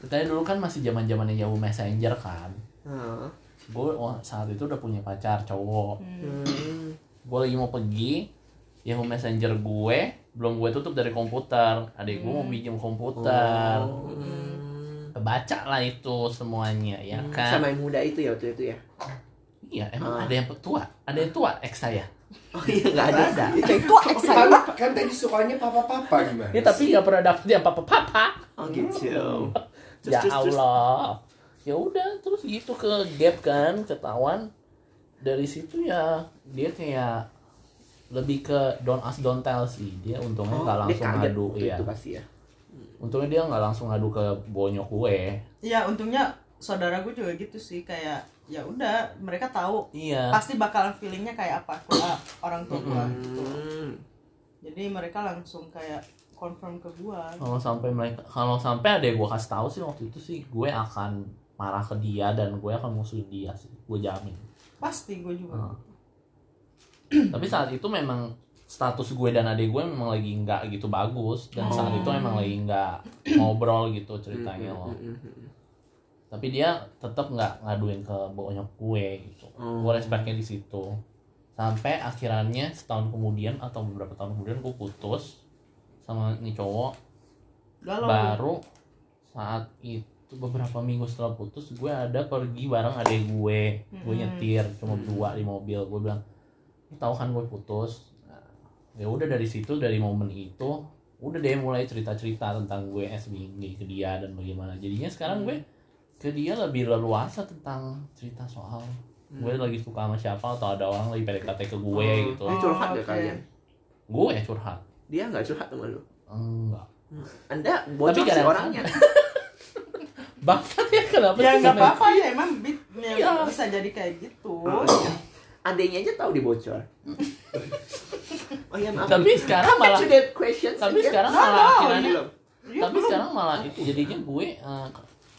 S1: Kita dulu kan masih zaman zamannya Yahoo Messenger kan.
S3: Ah.
S1: Gue saat itu udah punya pacar cowok.
S3: Hmm.
S1: gue lagi mau pergi Yahoo Messenger gue belum gue tutup dari komputer adik gue mau pinjam komputer
S3: Oh. Hmm.
S1: kebaca lah itu semuanya ya kan
S3: Sama yang muda itu ya waktu itu ya?
S1: iya emang
S3: Ah.
S1: ada yang tua ada yang tua ex saya
S3: Oh iya nggak ada.
S2: Ada.
S3: [laughs] Itu
S4: kan, kan tadi sukanya papa-papa gimana?
S1: ya tapi nggak pernah dapet yang papa papa
S3: Oh gitu. Terus,
S1: ya
S3: terus, terus.
S1: Allah ya udah terus gitu ke gap kan ketahuan dari situ ya dia kayak lebih ke don't ask don't tell sih Oh, dia untungnya nggak
S3: Oh, dia
S1: langsung
S3: kaget
S1: ngadu
S3: waktu
S1: ya
S3: Itu pasti ya.
S1: untungnya dia nggak langsung ngadu ke bonyok gue
S2: Ya untungnya saudara gue juga gitu sih kayak ya udah mereka tahu
S1: iya
S2: pasti bakalan feelingnya kayak apa ke orang tua gue gitu.
S3: Hmm.
S2: Jadi mereka langsung kayak confirm ke gue.
S1: kalau sampai mereka kalau sampai ada yang gue kasih tahu sih waktu itu sih gue akan marah ke dia dan gue akan musuhin dia sih gue jamin
S2: Pasti gue juga.
S1: Heeh. tapi saat itu memang status gue dan adik gue memang lagi nggak gitu bagus dan saat itu emang lagi nggak ngobrol gitu ceritanya
S3: Oh. Hmm,
S1: loh
S3: hmm, hmm, hmm.
S1: tapi dia tetap nggak ngaduin ke bonyok gue gitu gue
S3: Oh.
S1: respeknya di situ sampai akhirnya setahun kemudian atau beberapa tahun kemudian gue putus sama nih cowok
S2: Galau.
S1: baru saat itu beberapa minggu setelah putus gue ada pergi bareng adek gue gue
S2: Mm-mm.
S1: nyetir cuma berdua di mobil gue bilang lu tahu kan gue putus Nah, ya udah dari situ dari momen itu udah deh mulai cerita cerita tentang gue SBG ke dia dan bagaimana jadinya sekarang gue ke dia lebih leluasa tentang cerita soal
S2: Mm.
S1: gue lagi suka sama siapa atau ada orang lagi PDKT ke gue
S3: Oh.
S1: gitu
S3: Ini curhat ya
S2: oke.
S3: kalian.
S1: gue yang curhat
S3: Dia nggak curhat sama lu.
S1: enggak
S3: Anda bocor sih
S1: kadang-
S3: orangnya.
S1: bangsat ya kenapa
S2: Ya
S1: sih
S2: nggak
S1: namanya?
S2: apa-apa ya emang bit, ya,
S1: Iya.
S2: bisa jadi kayak gitu.
S3: Oh, iya. Adanya aja tahu
S1: [laughs]
S3: dibocor. oh iya maaf.
S1: tapi sekarang malah
S3: to that question.
S1: tapi sekarang
S2: No,
S1: malah
S2: no,
S1: akhirnya
S3: belum.
S2: Iya,
S1: tapi sekarang malah itu jadinya gue eh,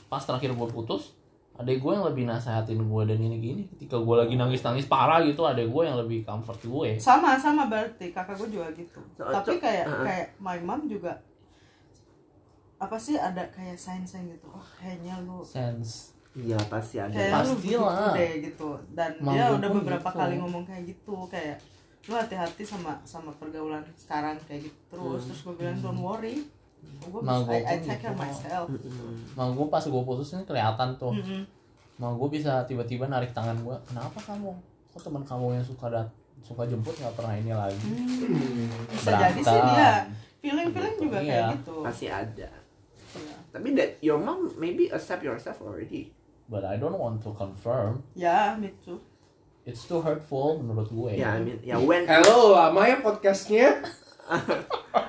S1: pas terakhir gue putus ada gue yang lebih nasehatin gue dan ini gini ketika gue lagi nangis nangis parah gitu ada gue yang lebih comfort gue
S2: sama sama berarti kakak gue juga gitu
S3: So,
S2: tapi
S3: so-
S2: kayak
S3: uh-uh.
S2: kayak my mom juga apa sih ada kayak sign-sign gitu oh kayaknya lu
S1: sense
S3: Iya pasti ada.
S2: kayak
S1: Pastilah.
S2: lu begitu deh gitu dan
S1: Mom
S2: dia
S1: gue
S2: udah
S1: pun
S2: beberapa
S1: gitu.
S2: kali ngomong kayak gitu kayak lu hati-hati sama sama pergaulan sekarang kayak gitu terus
S3: Hmm.
S2: terus gue bilang don't worry gue
S1: Mom
S2: bisa
S1: gue
S2: I, I
S1: pun
S2: take care
S1: gitu.
S2: myself
S3: Hmm.
S2: Hmm.
S1: mau gue pas gue putus ini kelihatan tuh
S2: Mm-mm.
S1: mau gue bisa tiba-tiba narik tangan gue kenapa kamu kok teman kamu yang suka dat suka jemput nggak pernah ini lagi
S2: Hmm.
S1: Hmm.
S2: bisa jadi sih dia feeling feeling juga
S1: Iya.
S2: kayak gitu
S3: Pasti ada.
S2: Iya.
S3: Tapi that your mom maybe accept yourself already.
S1: but I don't want to confirm
S2: ya me too
S1: it's too hurtful menurut gue
S3: Ya, I mean, ya [laughs] when
S4: Hello, lama ya podcastnya?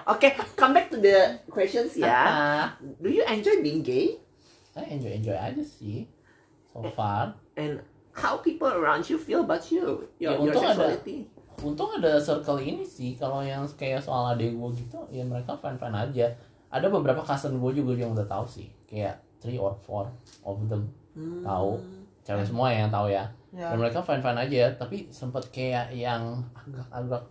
S3: Oke, come back to the questions ya.
S1: Ah,
S3: Do you enjoy being gay?
S1: I enjoy enjoy aja sih so
S3: Eh,
S1: far
S3: And how people around you feel about you,
S1: Ya,
S3: your, your
S1: untung ada.
S3: sexuality?
S1: untung ada circle ini sih kalau yang kayak soal adek gue gitu ya mereka fan fan aja ada beberapa cousin gue juga yang udah tahu sih kayak three or four of them
S3: Hmm.
S1: tahu cewek semua yang tahu ya
S2: ya
S1: dan mereka fan fan aja tapi sempet kayak yang agak-agak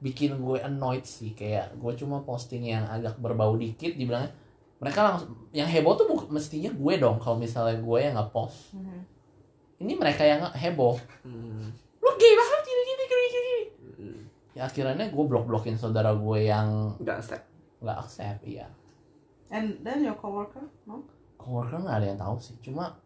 S1: bikin gue annoyed sih kayak gue cuma posting yang agak berbau dikit dibilangnya mereka langsung yang heboh tuh bu- mestinya gue dong kalau misalnya gue yang nggak post
S2: Mhm.
S1: ini mereka yang nge- heboh
S3: Hmm.
S1: lu gay banget gini gini gini gini ya akhirnya gue blok blokin saudara gue yang
S3: Nggak accept.
S1: nggak accept iya
S2: and then your coworker no
S1: coworker nggak ada yang tahu sih cuma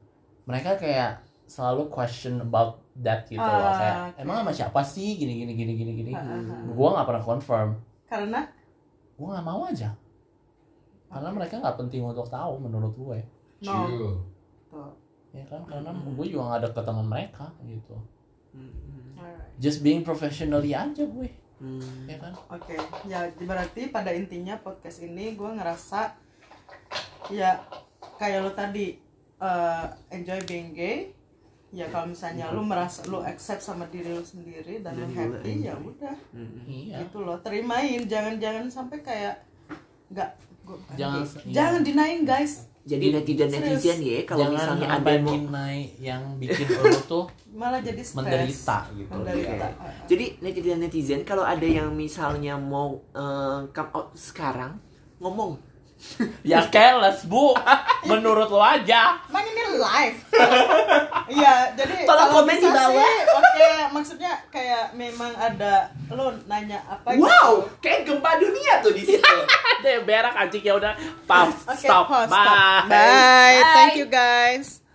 S1: mereka kayak selalu question about that gitu loh
S2: Ah,
S1: kayak
S2: oke.
S1: emang sama siapa sih gini gini gini gini gini
S2: Ah, ah, ah.
S1: gue nggak pernah confirm
S2: karena
S1: gue nggak mau aja karena mereka nggak penting untuk tahu menurut gue
S2: no gitu.
S4: Cil.
S2: Tuh.
S1: ya kan karena
S2: Hmm.
S1: gue juga nggak deket sama mereka gitu
S3: Hmm.
S2: Alright.
S1: just being professionally aja gue
S3: Hmm.
S1: ya kan
S2: Oke, ya berarti pada intinya podcast ini gue ngerasa ya kayak lo tadi eh, enjoy being gay, ya kalau misalnya lu merasa lu accept sama diri lu sendiri dan lu
S3: Dan lu
S2: happy ya
S3: enjoy.
S2: udah
S3: Hmm.
S1: Iya.
S2: gitu loh terimain jangan jangan sampai kayak nggak gua bukan
S1: Jangan-
S2: gay.
S1: iya.
S2: jangan dinain guys
S3: Jadi netizen netizen ya kalau
S1: Jangan
S3: misalnya ada yang mau
S1: ngabatin naik yang bikin lo tuh
S2: [laughs] malah jadi stres
S1: menderita gitu.
S2: menderita Ah.
S3: Oke. Jadi netizen netizen kalau ada yang misalnya mau eh, come out sekarang ngomong
S1: Ya keles
S2: [laughs]
S1: bu, menurut lo aja.
S2: Man Kan ini live. [laughs] Iya, jadi
S3: Tolong
S2: kalau
S3: komen
S2: bisa
S3: di bawah.
S2: sih, Oke, maksudnya kayak memang ada lo nanya apa gitu.
S3: wow kayak gempa dunia tuh di situ
S1: [laughs] Ada yang berak anjing ya udah. Pause,
S2: Oke,
S1: stop,
S2: pause, stop.
S1: bye.
S2: Bye. Thank you guys.